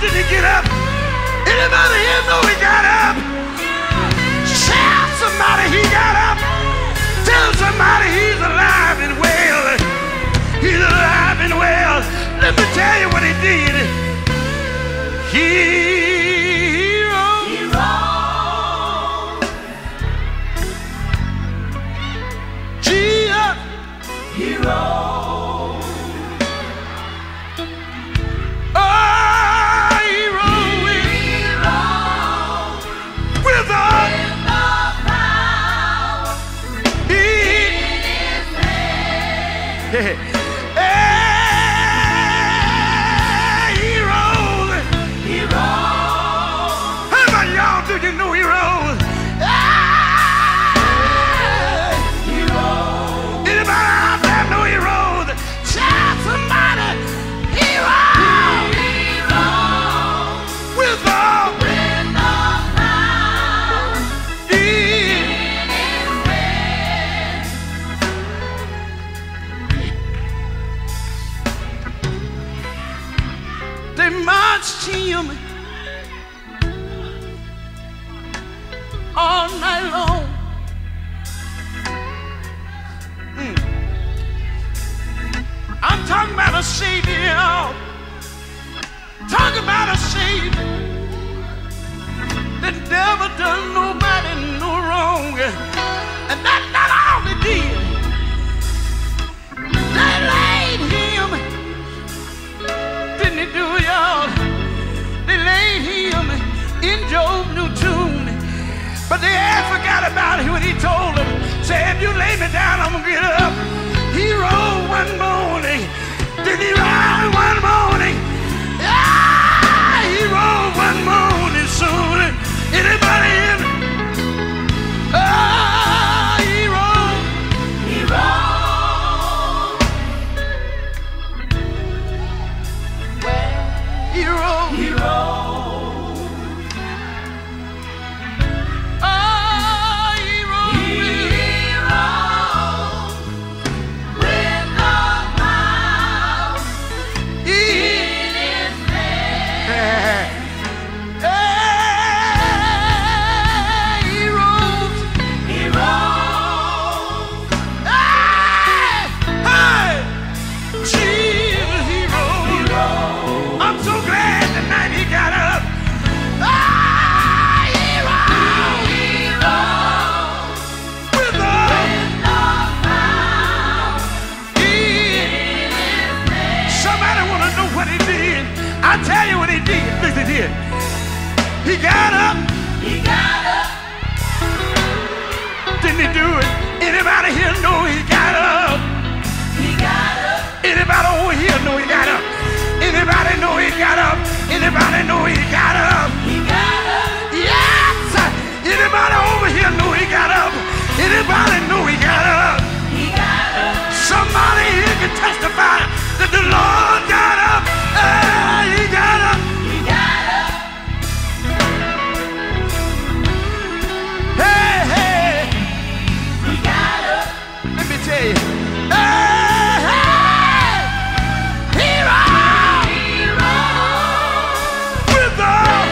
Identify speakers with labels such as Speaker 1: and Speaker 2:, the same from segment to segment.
Speaker 1: did he get up? Anybody here know he got up? Shout somebody he got up. Tell somebody he's alive and well. He's alive and well. Let me tell you what he did. He rose. Jesus. Oh, he rose with, with the He- Eh, he rose. How about y'all? Do you know he rose? Ah! Anybody out there know he rose? Shout somebody, he rose. With all he- They marched him all night long. Hmm. I'm talking about a savior. Talking about a savior. The devil done nobody no wrong. And that's not all they did. They laid him. Didn't they do it, y'all? They laid him in Job new tomb. But they had forgot about it when he told them. Said, if you lay me down, I'm gonna get up. He rose one morning. Then he rise one morning. Ah, he rose one morning soon. Anybody in? Ah, he rose. He rose. He rose. Ah, he rose. Somebody want to know what he did? I tell you what he did. Listen here. He got up. Didn't he do it? Anybody here know he got up? Anybody over here know he got up? Anybody know he got up? Anybody know he got up? Yes! Anybody over here know he got up? Anybody know he got up? Somebody here can testify that the Lord got up. Ah, he got up. Hey, hey. Let me tell you. Hey, hey. Hero. With the healing.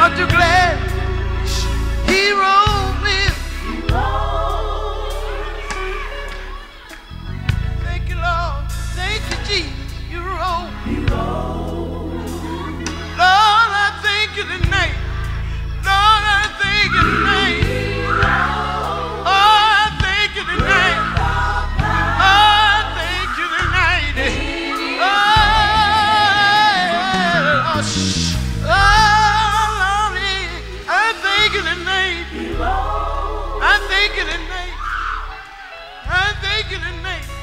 Speaker 1: Aren't you glad he rose with? Thank you, Lord. Thank you, Jesus. You rose. Lord, I thank you tonight. Lord, I thank you tonight. Oh, I thank you tonight. Oh, I thank you tonight. Oh, shh. Oh, Lord, I Oh, thank you tonight.
Speaker 2: name. I'm thanking his name. I'm thanking his name.